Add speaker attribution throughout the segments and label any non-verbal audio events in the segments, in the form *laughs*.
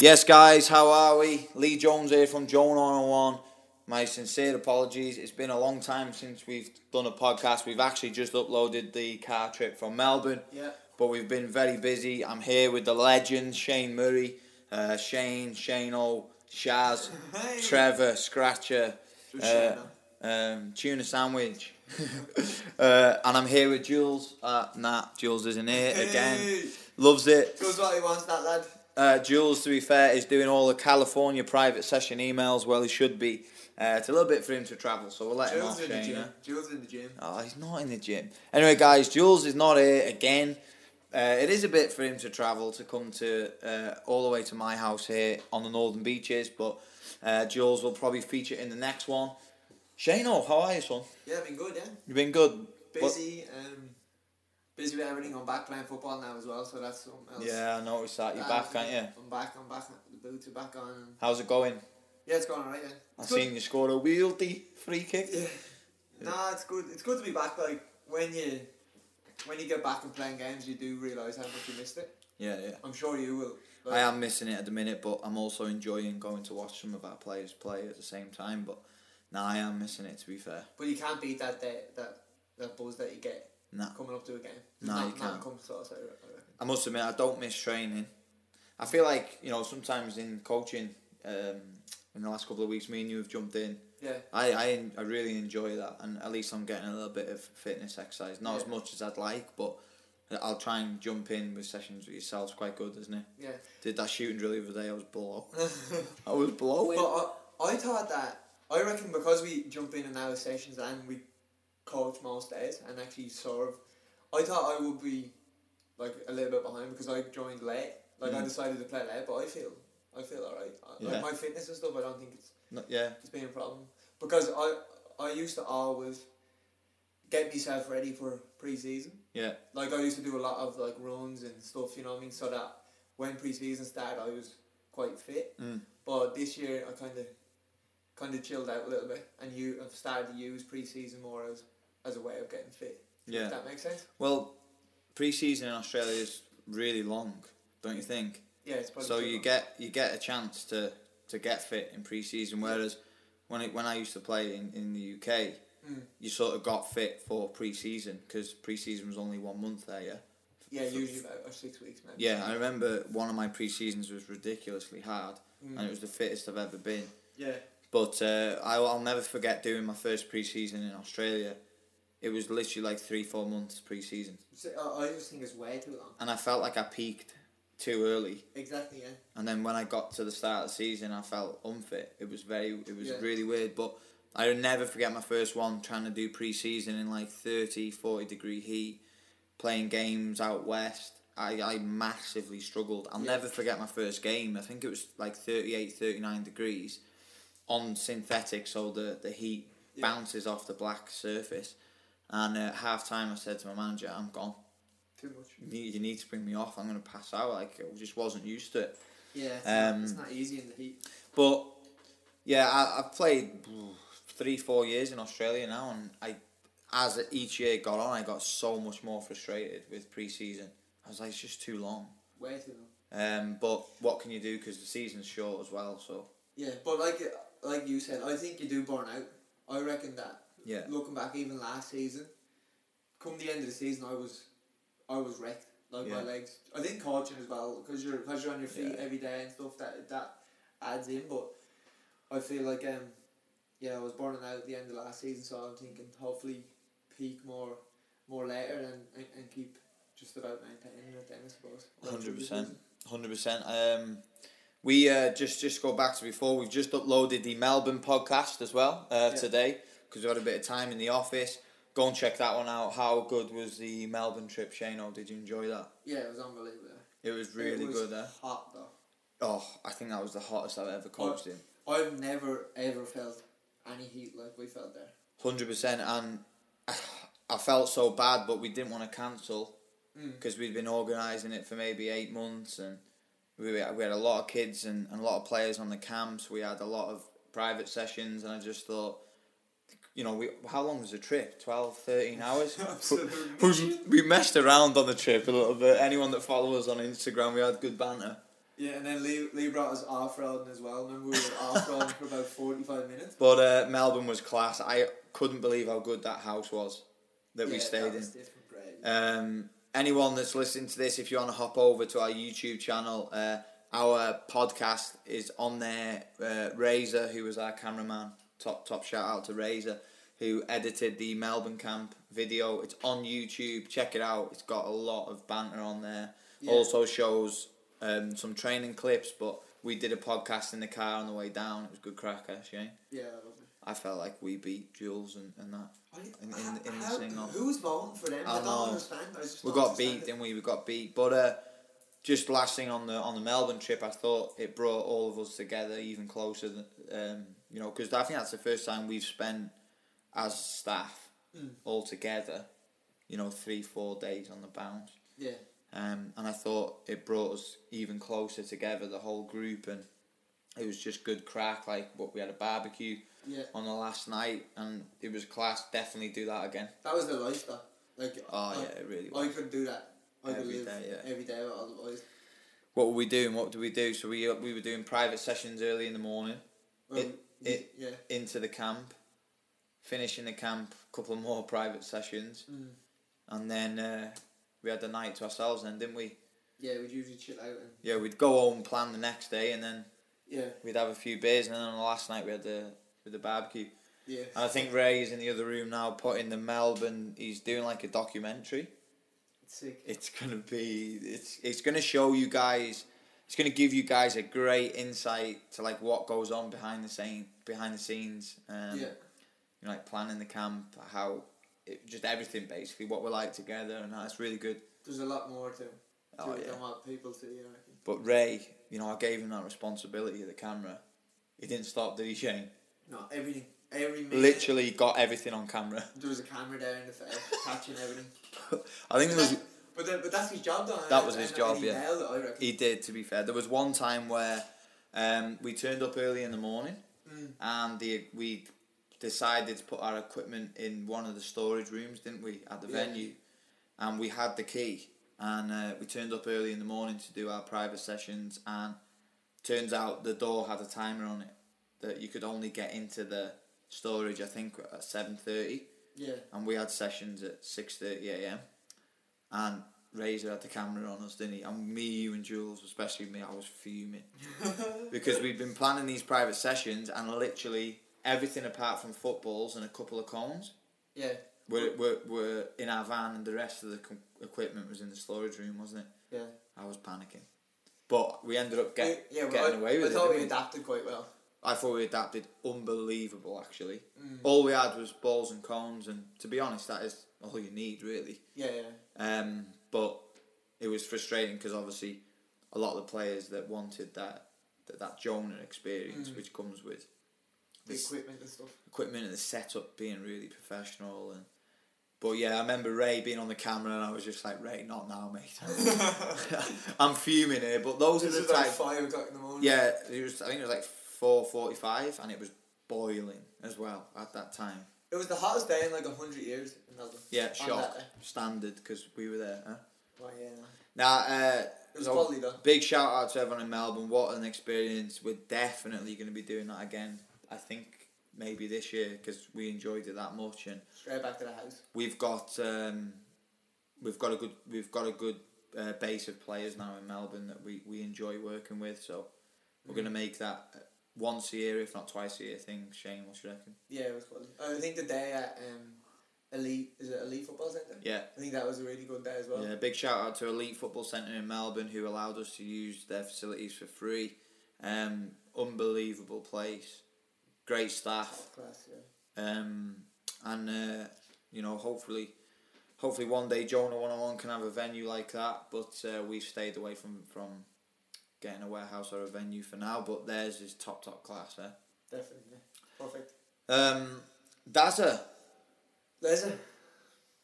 Speaker 1: Yes, guys, how are we? Lee Jones here from Joan 101. My sincere apologies. It's been a long time since we've done a podcast. We've actually just uploaded the car trip from Melbourne,
Speaker 2: Yeah.
Speaker 1: but we've been very busy. I'm here with the legend Shane Murray, uh, Shane, Shane O,
Speaker 2: *laughs*
Speaker 1: Shaz,
Speaker 2: Hey.
Speaker 1: Trevor, Scratcher,
Speaker 2: Who's
Speaker 1: uh,
Speaker 2: Shane,
Speaker 1: um,
Speaker 2: *laughs*
Speaker 1: Tuna Sandwich. uh, and I'm here with Jules. Uh, nah, Jules isn't here again.
Speaker 2: Hey.
Speaker 1: Loves it.
Speaker 2: Goes what he wants, that lad.
Speaker 1: Uh, Jules, to be fair, is doing all the California private session emails. Well, he should be. Uh, it's a little bit for him to travel, so we'll let
Speaker 2: Jules in
Speaker 1: him
Speaker 2: the
Speaker 1: off.
Speaker 2: gym.
Speaker 1: Shane.
Speaker 2: Jules in the gym.
Speaker 1: Oh, he's not in the gym. Anyway, guys, Jules is not here again. Uh, it is a bit for him to travel to come to uh, all the way to my house here on the northern beaches, but uh, Jules will probably feature in the next one. Shane, oh, how are you, son?
Speaker 2: Yeah, been good, yeah.
Speaker 1: You've been good. What-
Speaker 2: Busy, um, busy with everything. I'm back playing football now as well, so that's something else.
Speaker 1: Yeah, I noticed that. You're
Speaker 2: Um,
Speaker 1: back, aren't you?
Speaker 2: I'm back, I'm back. The boots are back on.
Speaker 1: How's it going?
Speaker 2: Yeah, it's going alright, yeah.
Speaker 1: I've
Speaker 2: It's good.
Speaker 1: seen you score a wieldy free kick.
Speaker 2: Yeah. *sighs* Nah, it's good. It's good to be back. Like, when you when you get back and playing games, you do realise how much you missed it.
Speaker 1: Yeah, yeah.
Speaker 2: I'm sure you will. Like,
Speaker 1: I am missing it at the minute, but I'm also enjoying going to watch some of our players play at the same time. But nah, I am missing it to be fair.
Speaker 2: But you can't beat that, that, that, that buzz that you get
Speaker 1: Nah,
Speaker 2: coming up to a game.
Speaker 1: No,
Speaker 2: Not-
Speaker 1: you
Speaker 2: not
Speaker 1: can't.
Speaker 2: Comes close, I reckon.
Speaker 1: I must admit I don't miss training. I feel like you know sometimes in coaching, um, in the last couple of weeks, me and you have jumped in.
Speaker 2: Yeah.
Speaker 1: I I, en- I really enjoy that, and at least I'm getting a little bit of fitness exercise. Not as
Speaker 2: Yeah.
Speaker 1: much as I'd like, but I'll try and jump in with sessions with yourselves. Quite good, isn't it?
Speaker 2: Yeah.
Speaker 1: Did that shooting drill the other day? I was blow. *laughs* I was blowing.
Speaker 2: But I, I thought that I reckon because we jump in and out of sessions and we coach most days and actually serve, I thought I would be like a little bit behind because I joined late. Like I
Speaker 1: Mm.
Speaker 2: decided to play late, but I feel I feel alright. I
Speaker 1: Yeah.
Speaker 2: Like my fitness and stuff, I don't think it's
Speaker 1: No- yeah,
Speaker 2: it's been a problem because I I used to always get myself ready for pre-season.
Speaker 1: yeah,
Speaker 2: Like I used to do a lot of like runs and stuff, you know what I mean, so that when pre-season started, I was quite fit.
Speaker 1: Mm.
Speaker 2: But this year, I kind of kind of chilled out a little bit, and you have started to use pre-season more as as a way of getting fit.
Speaker 1: yeah.
Speaker 2: Does that make sense?
Speaker 1: Well, pre-season in Australia is really long, don't you think?
Speaker 2: Yeah, it's probably
Speaker 1: So
Speaker 2: true.
Speaker 1: you get you get a chance to, to get fit in pre-season, whereas when it, when I used to play in, in the UK,
Speaker 2: Mm.
Speaker 1: you sort of got fit for pre-season because pre-season was only one month there. Yeah,
Speaker 2: yeah, usually about or six weeks maybe.
Speaker 1: yeah. I remember one of my pre-seasons was ridiculously hard, and it was the fittest I've ever been.
Speaker 2: yeah,
Speaker 1: But uh, I, I'll never forget doing my first pre-season in Australia. It was literally like three four months pre-season,
Speaker 2: so, uh, I- I just think it's way too long.
Speaker 1: and I felt like I peaked too early.
Speaker 2: Exactly, yeah.
Speaker 1: And then when I got to the start of the season, I felt unfit. It was very, it was
Speaker 2: Yeah.
Speaker 1: really weird. But I'll never forget my first one trying to do pre season in like 30, 40 degree heat, playing games out west. I, I massively struggled. I'll
Speaker 2: Yeah.
Speaker 1: never forget my first game. I think it was like 38, 39 degrees on synthetic, so the, the heat
Speaker 2: Yeah.
Speaker 1: bounces off the black surface. And at half time, I said to my manager, I'm gone.
Speaker 2: Too much.
Speaker 1: You need, you need to bring me off. I'm going to pass out. Like, I just wasn't used to it.
Speaker 2: Yeah, it's,
Speaker 1: Um,
Speaker 2: not, it's not easy in the heat.
Speaker 1: But yeah, I, I've played ooh, three, four years in Australia now, and I, as each year got on, I got so much more frustrated with pre-season. I was like, it's just too long.
Speaker 2: Way too long.
Speaker 1: Um, but what can you do? Because the season's short as well. So
Speaker 2: Yeah, but like uh, like you said, I think you do burn out. I reckon that.
Speaker 1: Yeah.
Speaker 2: Looking back, even last season, come the end of the season, I was, I was wrecked. Like
Speaker 1: Yeah.
Speaker 2: my legs. I think coaching as well, because you're because you're on your feet
Speaker 1: Yeah.
Speaker 2: every day and stuff. That that adds in, but I feel like um, yeah, I was burning out at the end of last season, so I'm thinking hopefully peak more, more later and and, and keep just about maintaining it then I suppose. Or
Speaker 1: hundred
Speaker 2: through the
Speaker 1: percent,
Speaker 2: season.
Speaker 1: hundred percent. Um, we uh, just just go back to before. We've just uploaded the Melbourne podcast as well uh,
Speaker 2: Yeah.
Speaker 1: today because we had a bit of time in the office. Go and check that one out. How good was the Melbourne trip, Shane? Oh, did you enjoy that?
Speaker 2: Yeah, it was unbelievable.
Speaker 1: It was really
Speaker 2: it was
Speaker 1: good eh? there.
Speaker 2: Hot though.
Speaker 1: Oh, I think that was the hottest I've ever coached in.
Speaker 2: I've never ever felt any heat like we felt there.
Speaker 1: Hundred percent, and *sighs* I felt so bad, but we didn't want to cancel
Speaker 2: Mm.
Speaker 1: because we'd been organising it for maybe eight months, and we were- we had a lot of kids and, and a lot of players on the camps. We had a lot of private sessions, and I just thought, you know, we how long was the trip?
Speaker 2: *laughs*
Speaker 1: 12, 13 hours.
Speaker 2: Absolutely.
Speaker 1: we messed around on the trip a little bit. Anyone that follow us on Instagram, we had good banter.
Speaker 2: Yeah, and then Lee, Lee brought us off roading as well. Remember, we were off roading for about 45 minutes.
Speaker 1: But uh, Melbourne was class. I couldn't believe how good that house was that we
Speaker 2: Yeah,
Speaker 1: stayed in.
Speaker 2: was different, great.
Speaker 1: Um, anyone that's listening to this, if you want to hop over to our YouTube channel, uh, our podcast is on there. Uh, Razor, who was our cameraman, top top shout out to Razor, who edited the Melbourne camp video. It's on YouTube. Check it out. It's got a lot of banter on there.
Speaker 2: Yeah.
Speaker 1: Also shows um, some training clips, but we did a podcast in the car on the way down. It was good crack, actually.
Speaker 2: Yeah, I love it.
Speaker 1: I felt like we beat Jules and, and that.
Speaker 2: Why-
Speaker 1: In- in- in the
Speaker 2: how-
Speaker 1: sing-off.
Speaker 2: Who's voting for them?
Speaker 1: I
Speaker 2: I,
Speaker 1: know.
Speaker 2: don't understand. I just
Speaker 1: We
Speaker 2: don't
Speaker 1: got
Speaker 2: understand
Speaker 1: beat,
Speaker 2: it.
Speaker 1: didn't we? We got beat. But uh, just last thing on the on the Melbourne trip, I thought it brought all of us together even closer. Than, um, you know, because I think that's the first time we've spent as staff
Speaker 2: Mm.
Speaker 1: all together. You know, three four days on the bounce.
Speaker 2: Yeah.
Speaker 1: Um, and I thought it brought us even closer together, the whole group, and it was just good crack. Like, what we had a barbecue
Speaker 2: Yeah,
Speaker 1: on the last night, and it was class. Definitely do that again.
Speaker 2: that was the life though. Like,
Speaker 1: Oh
Speaker 2: I,
Speaker 1: yeah, it really. Was.
Speaker 2: I could do that. I could
Speaker 1: Every
Speaker 2: live
Speaker 1: day, yeah.
Speaker 2: every day with all the boys.
Speaker 1: what were we doing? What did we do? So we we were doing private sessions early in the morning
Speaker 2: Well,
Speaker 1: It-
Speaker 2: we-
Speaker 1: it-
Speaker 2: Um, yeah.
Speaker 1: into the camp, finishing the camp, couple more *laughs* private sessions,
Speaker 2: Mm.
Speaker 1: and then uh, we had the night to ourselves. Then didn't we?
Speaker 2: Yeah, we'd usually chill out and
Speaker 1: Yeah, we'd go home, plan the next day, and then
Speaker 2: yeah,
Speaker 1: we'd have a few beers. And then on the last night we had the with the barbecue.
Speaker 2: yeah.
Speaker 1: And I think Ray is in the other room now, putting the Melbourne. He's doing like a documentary.
Speaker 2: It's sick.
Speaker 1: It's gonna be. It's it's gonna show you guys. It's gonna give you guys a great insight to like what goes on behind the scene, behind the scenes. Um,
Speaker 2: yeah,
Speaker 1: You know, like planning the camp, how it, just everything basically, what we're like together, and that's really good.
Speaker 2: there's a lot more to, to
Speaker 1: Oh,
Speaker 2: it
Speaker 1: yeah.
Speaker 2: than what people see. I reckon.
Speaker 1: But Ray, you know, I gave him that responsibility of the camera. He didn't stop, did he, Shane?
Speaker 2: No, everything, every minute.
Speaker 1: Literally got everything on camera. *laughs*
Speaker 2: There was a camera there in the face catching everything.
Speaker 1: I think there was.
Speaker 2: But then, but that's his job, though.
Speaker 1: That was his
Speaker 2: and,
Speaker 1: job,
Speaker 2: and he
Speaker 1: yeah.
Speaker 2: nailed it, I reckon.
Speaker 1: He did, to be fair. There was one time where um, we turned up early in the morning
Speaker 2: Mm.
Speaker 1: and the, we decided to put our equipment in one of the storage rooms, didn't we, at the
Speaker 2: Yeah.
Speaker 1: venue? And we had the key and uh, we turned up early in the morning to do our private sessions and turns out the door had a timer on it that you could only get into the storage I think at 7:30
Speaker 2: Yeah,
Speaker 1: and we had sessions at 6.30 a.m. and Razor had the camera on us, didn't he? And me, you and Jules, especially me, I was fuming. because we'd been planning these private sessions and literally everything apart from footballs and a couple of cones
Speaker 2: yeah,
Speaker 1: were, were, were in our van and the rest of the com- equipment was in the storage room, wasn't it?
Speaker 2: yeah.
Speaker 1: I was panicking. But we ended up get,
Speaker 2: We- yeah, well,
Speaker 1: getting
Speaker 2: I,
Speaker 1: away with
Speaker 2: I
Speaker 1: it.
Speaker 2: thought
Speaker 1: didn't
Speaker 2: we
Speaker 1: we?
Speaker 2: adapted quite well.
Speaker 1: I thought we adapted unbelievable actually.
Speaker 2: Mm.
Speaker 1: All we had was balls and cones, and to be honest, that is all you need really.
Speaker 2: Yeah, yeah.
Speaker 1: Um, but it was frustrating because obviously a lot of the players that wanted that that, that Jonah experience,
Speaker 2: Mm.
Speaker 1: which comes with
Speaker 2: The
Speaker 1: this
Speaker 2: equipment and
Speaker 1: *laughs*
Speaker 2: stuff.
Speaker 1: equipment and the setup being really professional and. But yeah, I remember Ray being on the camera, and I was just like, "Ray, not now, mate. *laughs* I'm fuming here." But those
Speaker 2: This
Speaker 1: are
Speaker 2: is
Speaker 1: the
Speaker 2: like
Speaker 1: type.
Speaker 2: five o'clock in the morning.
Speaker 1: Yeah, it was. I think it was like four forty-five, and it was boiling as well at that time.
Speaker 2: It was the hottest day in like a hundred years in Melbourne.
Speaker 1: Yeah,
Speaker 2: On
Speaker 1: shock
Speaker 2: that uh, day.
Speaker 1: standard because we were there. Huh?
Speaker 2: Oh, yeah. no.
Speaker 1: Now, uh,
Speaker 2: It was
Speaker 1: so-
Speaker 2: quality though.
Speaker 1: Big shout out to everyone in Melbourne. What an experience. We're definitely going to be doing that again. I think maybe this year because we enjoyed it that much, and
Speaker 2: Straight back to the house.
Speaker 1: we've got um, we've got a good we've got a good uh, base of players now in Melbourne that we, we enjoy working with. So we're going to make that uh, once a year, if not twice a year, thing. Shane, what do you reckon?
Speaker 2: Yeah, it was quality. I think the day at um, Elite is it Elite Football Centre?
Speaker 1: Yeah,
Speaker 2: I think that was a really good day as well.
Speaker 1: yeah. Big shout out to Elite Football Centre in Melbourne who allowed us to use their facilities for free. Um, unbelievable place, great staff.
Speaker 2: Top class, yeah.
Speaker 1: um, and uh, you know hopefully hopefully one day Jonah One Hundred One can have a venue like that. But uh, we've stayed away from from getting a warehouse or a venue for now. But theirs is top top class. Eh?
Speaker 2: Definitely. Perfect.
Speaker 1: Um, Dazza,
Speaker 2: Listen,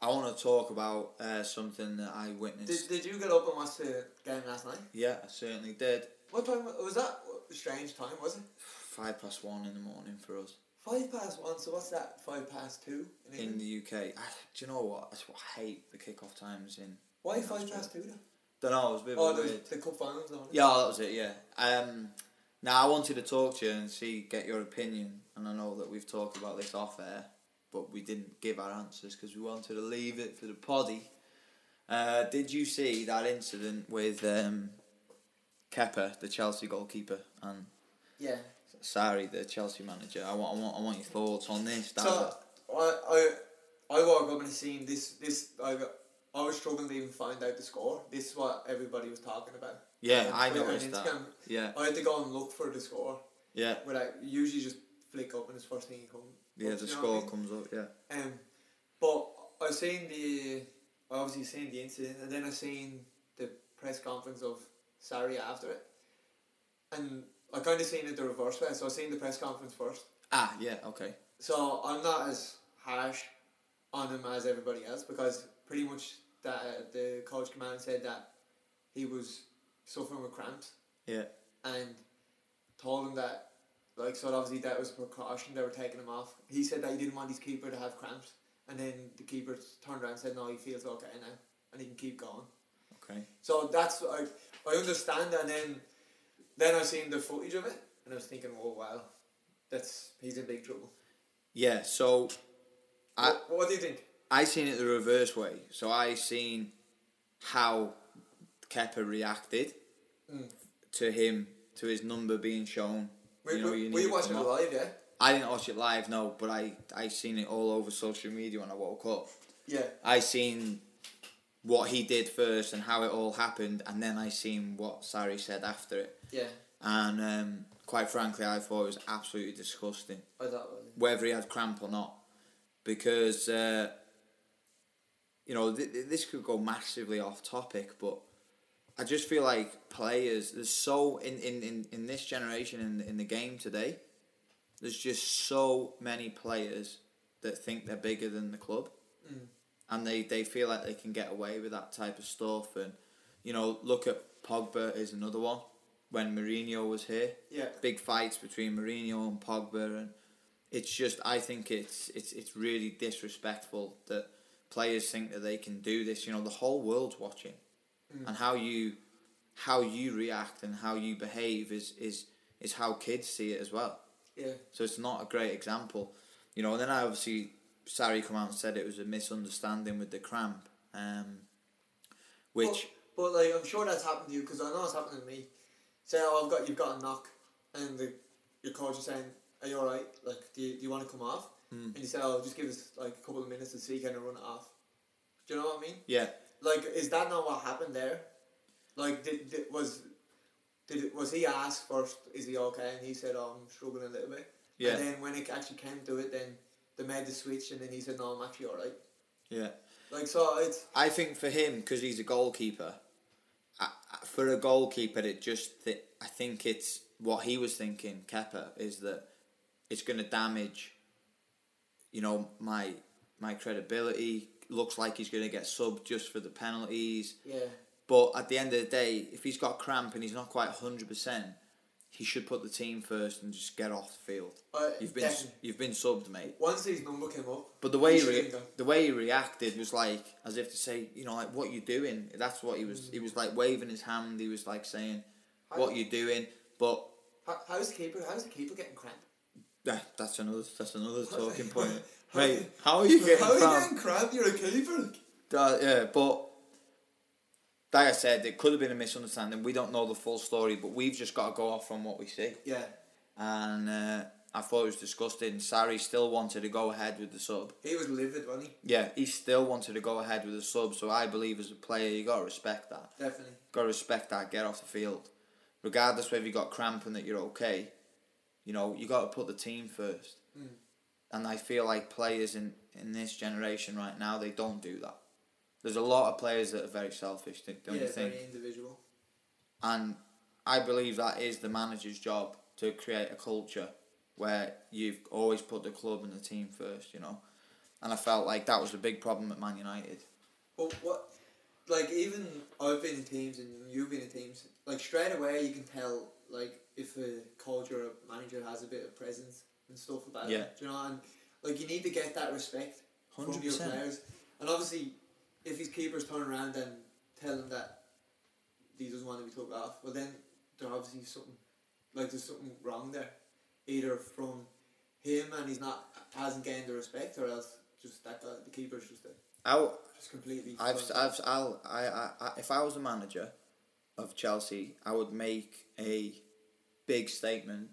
Speaker 1: I want to talk about uh, something that I witnessed.
Speaker 2: did, did you get up and watch the game last night?
Speaker 1: yeah, I certainly did.
Speaker 2: What time wa- was that? A Strange time, was it?
Speaker 1: Five past one in the morning for us
Speaker 2: Five past one, so what's that? Five past two? In
Speaker 1: in
Speaker 2: England?
Speaker 1: the UK. I, do you know what? That's what I hate the kickoff times in
Speaker 2: Why
Speaker 1: in
Speaker 2: five
Speaker 1: Australia.
Speaker 2: past two then?
Speaker 1: Don't know. It was a bit
Speaker 2: Oh,
Speaker 1: weird.
Speaker 2: the, the cup finals, though.
Speaker 1: Yeah, that was it. Yeah. Um, now I wanted to talk to you and see get your opinion, and I know that we've talked about this off air, but we didn't give our answers because we wanted to leave it for the poddy. Uh, did you see that incident with um, Kepper, the Chelsea goalkeeper, and
Speaker 2: Yeah.
Speaker 1: Sari, the Chelsea manager? I want, I want, I want your thoughts on this. That
Speaker 2: So I I I woke up and seen this this I got, I was struggling to even find out the score. This is what everybody was talking about.
Speaker 1: yeah, I
Speaker 2: Twitter and
Speaker 1: noticed that.
Speaker 2: Instagram.
Speaker 1: Yeah,
Speaker 2: I had to go and look for the score.
Speaker 1: yeah,
Speaker 2: When I usually just flick up and it's first thing you come.
Speaker 1: yeah.
Speaker 2: up,
Speaker 1: The
Speaker 2: you know what I
Speaker 1: score
Speaker 2: mean?
Speaker 1: comes up. Yeah,
Speaker 2: Um, but I seen the I obviously seen the incident, and then I seen the press conference of Sarri after it, and I kind of seen it the reverse way. So I seen the press conference first.
Speaker 1: ah, yeah, okay,
Speaker 2: So I'm not as harsh on him as everybody else because pretty much that uh, the coach came out and said that he was suffering with cramps
Speaker 1: yeah,
Speaker 2: and told him that like so obviously that was a precaution they were taking him off. He said that he didn't want his keeper to have cramps and then the keeper turned around and said no he feels okay now and he can keep going.
Speaker 1: okay,
Speaker 2: So that's I I understand and then then I seen the footage of it and I was thinking oh wow that's he's in big trouble.
Speaker 1: yeah. So I-
Speaker 2: what, what do you think?
Speaker 1: I seen it the reverse way. So I seen how Kepper reacted
Speaker 2: Mm.
Speaker 1: to him to his number being shown.
Speaker 2: Were
Speaker 1: you
Speaker 2: you,
Speaker 1: know,
Speaker 2: were,
Speaker 1: you
Speaker 2: were
Speaker 1: need
Speaker 2: you
Speaker 1: to
Speaker 2: watching it
Speaker 1: come up.
Speaker 2: live? Yeah.
Speaker 1: I didn't watch it live, no, but I I seen it all over social media when I woke up.
Speaker 2: Yeah.
Speaker 1: I seen what he did first and how it all happened, and then I seen what Sari said after it.
Speaker 2: Yeah.
Speaker 1: And um, quite frankly, I thought it was absolutely disgusting
Speaker 2: I thought it was.
Speaker 1: whether he had cramp or not, because uh, you know th- th- this could go massively off topic, but I just feel like players there's so in in, in, in this generation in in the game today, there's just so many players that think they're bigger than the club, and they they feel like they can get away with that type of stuff, and you know look at Pogba is another one when Mourinho was here
Speaker 2: Yeah.
Speaker 1: big fights between Mourinho and Pogba, and it's just I think it's it's it's really disrespectful that players think that they can do this. You know, the whole world's watching, and how you how you react and how you behave is is is how kids see it as well.
Speaker 2: Yeah.
Speaker 1: So it's not a great example, you know. And then I obviously Sari come out and said it was a misunderstanding with the cramp, um, which.
Speaker 2: But, but like, I'm sure that's happened to you because I know it's happened to me. Say, oh, I've got you've got a knock, and the your coach is saying, "Are you all right? Like, do you, do you want to come off?"
Speaker 1: Hmm.
Speaker 2: And you say, "Oh, just give us like a couple of minutes to see can I run it off." Do you know what I mean?
Speaker 1: yeah,
Speaker 2: Like, is that not what happened there? Like, did, did was did it, was he asked first? Is he okay? And he said, "Oh, I'm struggling a little bit."
Speaker 1: Yeah.
Speaker 2: And then when it actually came to it, then they made the switch, and then he said, "No, I'm actually all right."
Speaker 1: yeah.
Speaker 2: Like, so it's
Speaker 1: I think for him because he's a goalkeeper. I, I- for a goalkeeper, it just th- I think it's what he was thinking. Kepper is that it's going to damage. You know my my credibility. Looks like he's going to get subbed just for the penalties.
Speaker 2: yeah.
Speaker 1: But at the end of the day, if he's got cramp and he's not quite hundred percent, he should put the team first and just get off the field.
Speaker 2: Uh,
Speaker 1: You've been
Speaker 2: definitely.
Speaker 1: you've been subbed, mate.
Speaker 2: Once his number came up,
Speaker 1: But the way
Speaker 2: He
Speaker 1: he re-
Speaker 2: shouldn't have.
Speaker 1: the way he reacted was like as if to say, you know, like what you doing? That's what he was. He was like waving his hand. He was like saying, "What you doing?" But
Speaker 2: how, how's the keeper? How's the keeper getting cramp?
Speaker 1: eh, that's another that's another talking
Speaker 2: How-
Speaker 1: point.
Speaker 2: *laughs*
Speaker 1: Mate, how are you getting
Speaker 2: How are you
Speaker 1: cramp?
Speaker 2: getting cramp? You're a keeper.
Speaker 1: Uh, yeah, but like I said, it could have been a misunderstanding. We don't know the full story, but we've just got to go off from what we see.
Speaker 2: Yeah,
Speaker 1: And uh, I thought it was disgusting. Sari still wanted to go ahead with the sub.
Speaker 2: he was livid, wasn't he?
Speaker 1: Yeah, he still wanted to go ahead with the sub. So I believe as a player, you got to respect that.
Speaker 2: Definitely.
Speaker 1: got to respect that. Get off the field, regardless whether you got cramp and that you're okay. You know, you got to put the team first.
Speaker 2: Mm.
Speaker 1: And I feel like players in in this generation right now they don't do that. There's a lot of players that are very selfish, don't don't
Speaker 2: yeah,
Speaker 1: you think?
Speaker 2: very individual.
Speaker 1: And I believe that is the manager's job to create a culture where you've always put the club and the team first. You know, and I felt like that was a big problem at Man United.
Speaker 2: But what, like even I've been in teams and you've been in teams. Like straight away, you can tell like if a coach or a manager has a bit of presence and stuff about
Speaker 1: Yeah.
Speaker 2: it. Do you know? And like you need to get that respect from your
Speaker 1: 100%.
Speaker 2: players. And obviously, if his keepers turn around and tell him that he doesn't want to be took off. Well, then there obviously is something like there's something wrong there, either from him and he's not hasn't gained the respect, or else just that guy, the keeper's just a,
Speaker 1: I, w-
Speaker 2: just completely.
Speaker 1: I've,
Speaker 2: fucked up.
Speaker 1: I've, I'll, I, I, I, if I was the manager of Chelsea, I would make a big statement,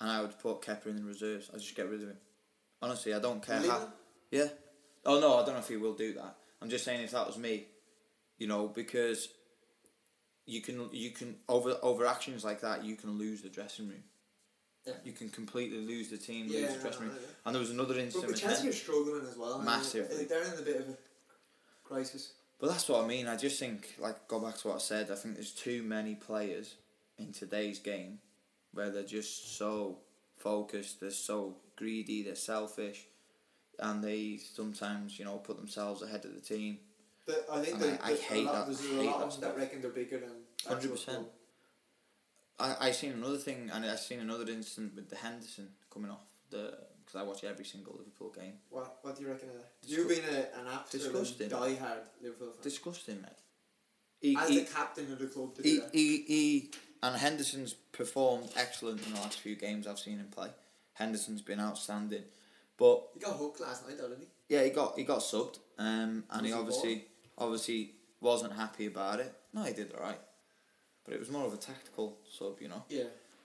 Speaker 1: and I would put Kepper in the reserves. I would just get rid of him. Honestly, I don't care
Speaker 2: Leave
Speaker 1: how.
Speaker 2: him?
Speaker 1: Yeah. Oh no, I don't know if he will do that. I'm just saying if that was me, you know, because you can you can over over actions like that you can lose the dressing room.
Speaker 2: Yeah.
Speaker 1: You can completely lose the team,
Speaker 2: Yeah,
Speaker 1: lose the dressing
Speaker 2: I know,
Speaker 1: room.
Speaker 2: yeah.
Speaker 1: And there was another
Speaker 2: But
Speaker 1: incident.
Speaker 2: but
Speaker 1: with
Speaker 2: Chelsea
Speaker 1: Hen-
Speaker 2: are struggling as well. and
Speaker 1: Massively.
Speaker 2: They're, they're in a bit of a crisis.
Speaker 1: But that's what I mean. I just think, like, go back to what I said. I think there's too many players in today's game where they're just so focused, they're so greedy, they're selfish, and they sometimes, you know, put themselves ahead of the team.
Speaker 2: But I think
Speaker 1: And
Speaker 2: that
Speaker 1: I- I
Speaker 2: there's
Speaker 1: hate
Speaker 2: a lot,
Speaker 1: that.
Speaker 2: There's
Speaker 1: I
Speaker 2: a lot
Speaker 1: hate that
Speaker 2: of them that
Speaker 1: stuff.
Speaker 2: reckon they're bigger than. actual
Speaker 1: 100%.
Speaker 2: football.
Speaker 1: I I seen another thing, and I seen another incident with the Henderson coming off the because I watch every single Liverpool game.
Speaker 2: What, what do you reckon of that?
Speaker 1: Disgu-
Speaker 2: You've been a, an absolute
Speaker 1: Disgusting.
Speaker 2: diehard Liverpool fan.
Speaker 1: Disgusting, mate. He,
Speaker 2: As
Speaker 1: he,
Speaker 2: the captain of the club to do
Speaker 1: he,
Speaker 2: that.
Speaker 1: he, he, and Henderson's performed excellent in the last few games I've seen him play. Henderson's been outstanding, but
Speaker 2: He got hooked last night, though, didn't he?
Speaker 1: yeah, he got he got subbed, um, and
Speaker 2: Was he
Speaker 1: he obviously obviously wasn't happy about it. No, he did all right, but it was more of a tactical sub, you know.
Speaker 2: Yeah.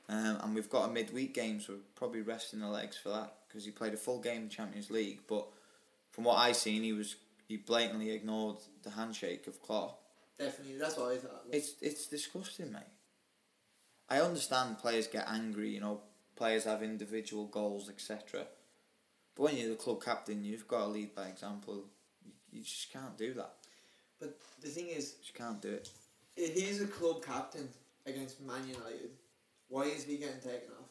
Speaker 1: Um, and we've got a midweek game, so we're probably resting the legs for that because he played a full game in Champions League. But from what I seen, he was he blatantly ignored the handshake of Klopp.
Speaker 2: Definitely. That's what I thought.
Speaker 1: It's it's disgusting, mate. I understand players get angry, you know, players have individual goals, etc. But when you're the club captain, you've got to lead by example. You, you just can't do that.
Speaker 2: But the thing is,
Speaker 1: You just can't do it.
Speaker 2: if he's a club captain against Man United. Why is he getting taken off?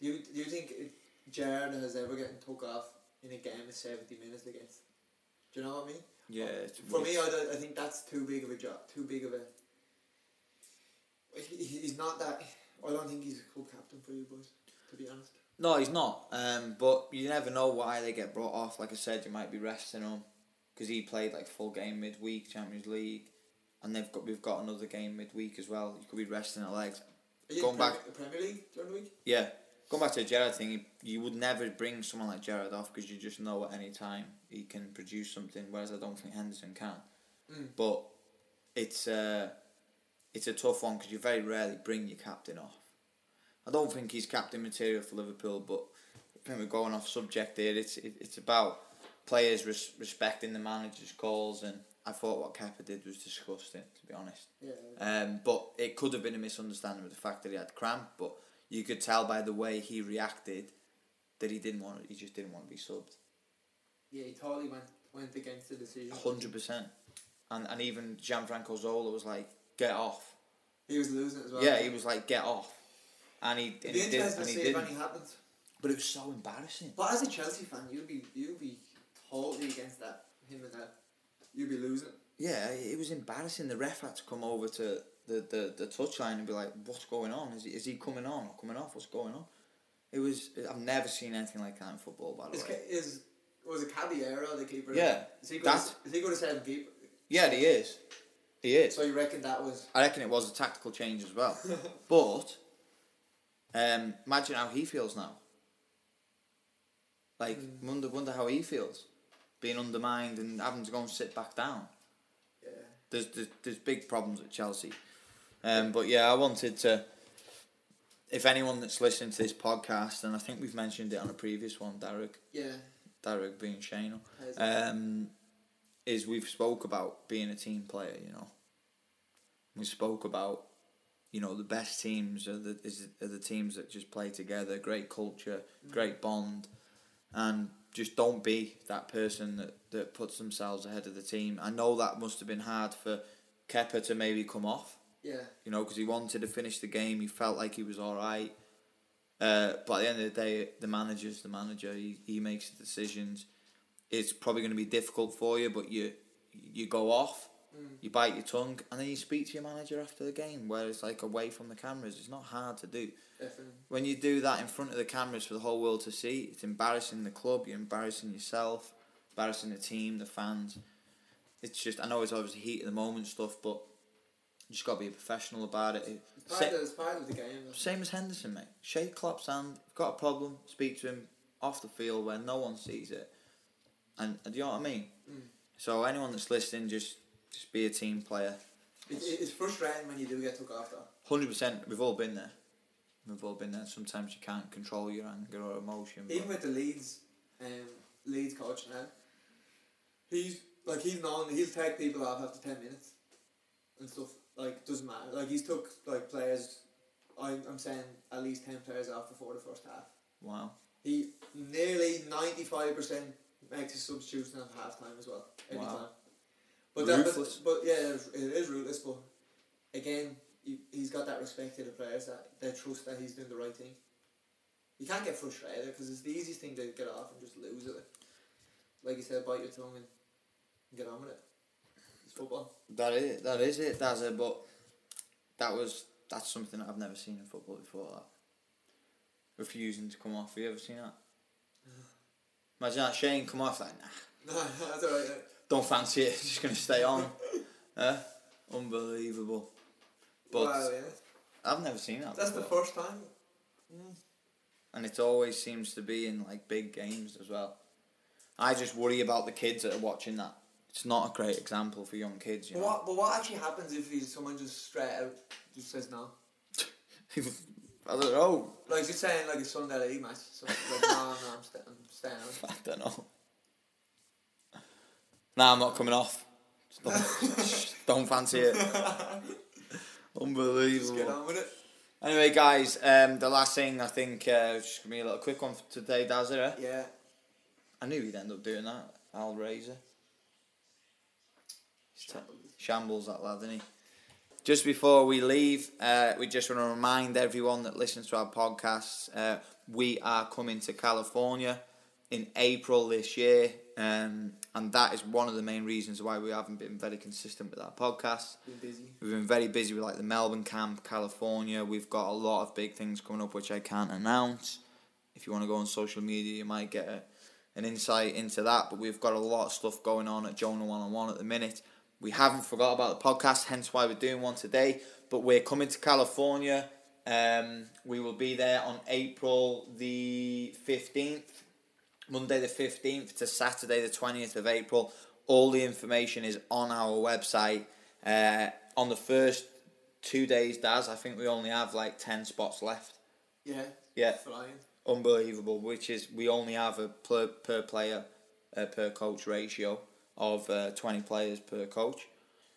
Speaker 2: Do you, do you think it, Gerard has ever gotten took off in a game of 70 minutes against? Do you know what I mean?
Speaker 1: Yeah, it's,
Speaker 2: For me, I, don't- I think that's too big of a job. Too big of a. He, he's not that. I don't think he's a club captain for you boys. To be honest.
Speaker 1: no, he's not. Um, but you never know why they get brought off. Like I said, you might be resting him because he played like full game midweek Champions League, and they've got we've got another game midweek as well. You could be resting the legs.
Speaker 2: Are you
Speaker 1: Going
Speaker 2: in Prem-
Speaker 1: back-
Speaker 2: the Premier League during the week.
Speaker 1: Yeah. Going back to the Gerard thing, you, you would never bring someone like Gerard off because you just know at any time he can produce something, whereas I don't think Henderson can.
Speaker 2: Mm.
Speaker 1: But it's, uh, it's a tough one because you very rarely bring your captain off. I don't think he's captain material for Liverpool, but I think we're going off subject here. It's, it, it's about players res- respecting the manager's calls, and I thought what Kepa did was disgusting, to be honest.
Speaker 2: Yeah.
Speaker 1: Um, but it could have been a misunderstanding with the fact that he had cramp, but you could tell by the way he reacted that he didn't want. He just didn't want to be subbed.
Speaker 2: Yeah, he totally went went against the decision.
Speaker 1: Hundred percent. And and even Gianfranco Zola was like, "Get off."
Speaker 2: He was losing as well.
Speaker 1: Yeah, he was like, "Get off," and he
Speaker 2: It'd
Speaker 1: and
Speaker 2: be
Speaker 1: he didn't.
Speaker 2: interesting
Speaker 1: And
Speaker 2: to
Speaker 1: he
Speaker 2: see if
Speaker 1: didn't.
Speaker 2: any happens.
Speaker 1: But it was so embarrassing.
Speaker 2: But as a Chelsea fan, you'd be you'd be totally against that him and that. You'd be losing.
Speaker 1: Yeah, it was embarrassing. The ref had to come over to the, the, the touchline and be like, "What's going on? Is he, is he coming on or coming off? What's going on?" It was. I've never seen anything like that in football. By the
Speaker 2: Is,
Speaker 1: way.
Speaker 2: Ca- is was it Caballero the keeper?
Speaker 1: Yeah,
Speaker 2: Is he going?
Speaker 1: that's-
Speaker 2: To, is he going to seven keeper?
Speaker 1: Yeah, he is. He is.
Speaker 2: So you reckon that was?
Speaker 1: I reckon it was a tactical change as well. but um, imagine how he feels now. Like wonder wonder how he feels, being undermined and having to go and sit back down.
Speaker 2: Yeah.
Speaker 1: There's there's, there's big problems at Chelsea. Um, but yeah, I wanted to. If anyone that's listening to this podcast, and I think we've mentioned it on a previous one, Derek,
Speaker 2: Yeah.
Speaker 1: Derek being Shane,
Speaker 2: Has-
Speaker 1: um, is we've spoke about being a team player. You know, we spoke about you know the best teams are the is, are the teams that just play together, great culture, great bond, and just don't be that person that that puts themselves ahead of the team. I know that must have been hard for Kepper to maybe come off
Speaker 2: yeah.
Speaker 1: you know, because he wanted to finish the game. He felt like he was all right. Uh, but at the end of the day, the manager's the manager. He, he makes the decisions. It's probably going to be difficult for you, but you you go off, you bite your tongue, and then you speak to your manager after the game, where it's like away from the cameras. It's not hard to do.
Speaker 2: Definitely.
Speaker 1: When you do that in front of the cameras for the whole world to see, it's embarrassing the club, you're embarrassing yourself, embarrassing the team, the fans. It's just, I know it's obviously heat of the moment stuff, but You just got to be professional about it.
Speaker 2: It's
Speaker 1: Sa-
Speaker 2: part, of, it's part of the game. isn't it?
Speaker 1: Same as Henderson, mate. Shake Klopp's hand. If got a problem, speak to him off the field where no one sees it. And do you know what I mean?
Speaker 2: Mm.
Speaker 1: So anyone that's listening, just just be a team player.
Speaker 2: It, it, it's frustrating when you do get took off though.
Speaker 1: Hundred percent. We've all been there. We've all been there. Sometimes you can't control your anger or emotion. but-
Speaker 2: Even with the Leeds, um, Leeds coach now, he's like he's known he'll take people off after ten minutes, and stuff like doesn't matter. Like he's took like players, I'm I'm saying at least ten players off before the first half.
Speaker 1: wow.
Speaker 2: He nearly ninety five percent makes his substitution at half time as well every
Speaker 1: Wow.
Speaker 2: time. But that,
Speaker 1: Ruthless.
Speaker 2: but, but yeah, it is ruthless. But again, he, he's got that respect to the players that they trust that he's doing the right thing. You can't get frustrated because it's the easiest thing to get off and just lose it. Like you said, bite your tongue and get on with it. It's football. *laughs*
Speaker 1: That is that is it. That's it. But that was that's something that I've never seen in football before. That refusing to come off. Have you
Speaker 2: *sighs*
Speaker 1: ever seen that? Imagine that Shane come off like nah,
Speaker 2: No, that's alright. yeah.
Speaker 1: don't fancy it. *laughs* Just gonna
Speaker 2: *laughs*
Speaker 1: stay on. Eh? Unbelievable. But
Speaker 2: wow, yeah.
Speaker 1: I've never seen that.
Speaker 2: That's the
Speaker 1: before.
Speaker 2: first time.
Speaker 1: and it always seems to be in like big games as well. I just worry about the kids that are watching that. It's not a great example for young kids. You
Speaker 2: But
Speaker 1: know?
Speaker 2: what, but what actually happens if he's someone just straight out just says no?
Speaker 1: *laughs* I don't know.
Speaker 2: Like you're saying, like a Sunday league match. So like, no, no, I'm, sta- I'm staying out.
Speaker 1: *laughs* I don't know. Nah, I'm not coming off. Just don't, just don't fancy it. *laughs*
Speaker 2: Just get
Speaker 1: Unbelievable.
Speaker 2: on with it.
Speaker 1: Anyway, guys, um, the last thing I think uh, is just gonna be a little quick one for today, Daz. eh?
Speaker 2: Yeah.
Speaker 1: I knew he'd end up doing that. Al Razor.
Speaker 2: Shambles.
Speaker 1: Shambles that lad, isn't he? Just before we leave, uh, we just want to remind everyone that listens to our podcasts, uh, we are coming to California in April this year, um, and that is one of the main reasons why we haven't been very consistent with our podcasts.
Speaker 2: Been busy.
Speaker 1: We've been very busy with like the Melbourne camp, California. We've got a lot of big things coming up which I can't announce. If you want to go on social media, you might get a, an insight into that. But we've got a lot of stuff going on at Jonah One on One at the minute. We haven't forgot about the podcast, hence why we're doing one today. But we're coming to California. Um, we will be there on April the fifteenth. Monday the 15th to Saturday the 20th of April. All the information is on our website. Uh, on the first two days, Daz, I think we only have like 10 spots left.
Speaker 2: Yeah.
Speaker 1: Yeah.
Speaker 2: Flying.
Speaker 1: Unbelievable, which is we only have a per, per player, uh, per coach ratio of uh, 20 players per coach.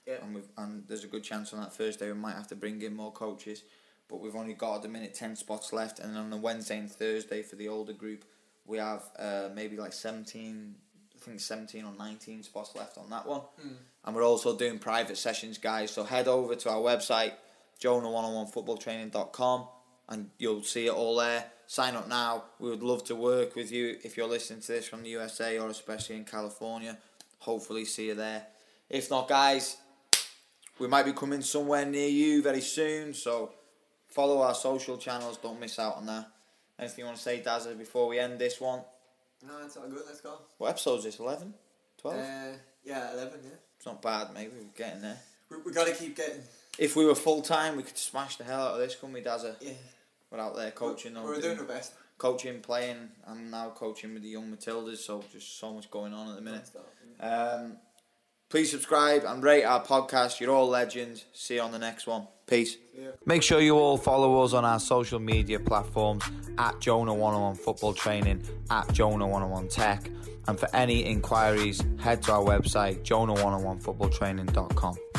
Speaker 2: Yeah.
Speaker 1: And, we've, and there's a good chance on that Thursday we might have to bring in more coaches. But we've only got at the minute 10 spots left. And on the Wednesday and Thursday for the older group, we have uh, maybe like 17, I think 17 or 19 spots left on that one. And we're also doing private sessions, guys. So head over to our website, jonah101footballtraining.com, and you'll see it all there. Sign up now. We would love to work with you if you're listening to this from the USA or especially in California. Hopefully, see you there. If not, guys, we might be coming somewhere near you very soon. So follow our social channels. Don't miss out on that. Anything you want to say, Dazza, before we end this one?
Speaker 2: No, it's all good. Let's go.
Speaker 1: What episode is this? 11? 12?
Speaker 2: Uh, yeah, eleven. Yeah.
Speaker 1: it's not bad, mate. We're getting there.
Speaker 2: We we gotta keep getting.
Speaker 1: If we were full time, we could smash the hell out of this, couldn't we, Dazza?
Speaker 2: Yeah.
Speaker 1: We're out there coaching,
Speaker 2: We're,
Speaker 1: all
Speaker 2: we're
Speaker 1: doing-
Speaker 2: doing our best.
Speaker 1: coaching, playing. I'm now coaching with the young Matildas, so just so much going on at the minute.
Speaker 2: Non-stop, yeah.
Speaker 1: Um, please subscribe and rate our podcast. You're all legends. See you on the next one. Peace.
Speaker 2: Yeah.
Speaker 1: Make sure you all follow us on our social media platforms at Jonah 101 Football Training, at Jonah 101 Tech. And for any inquiries, head to our website, jonah101footballtraining.com.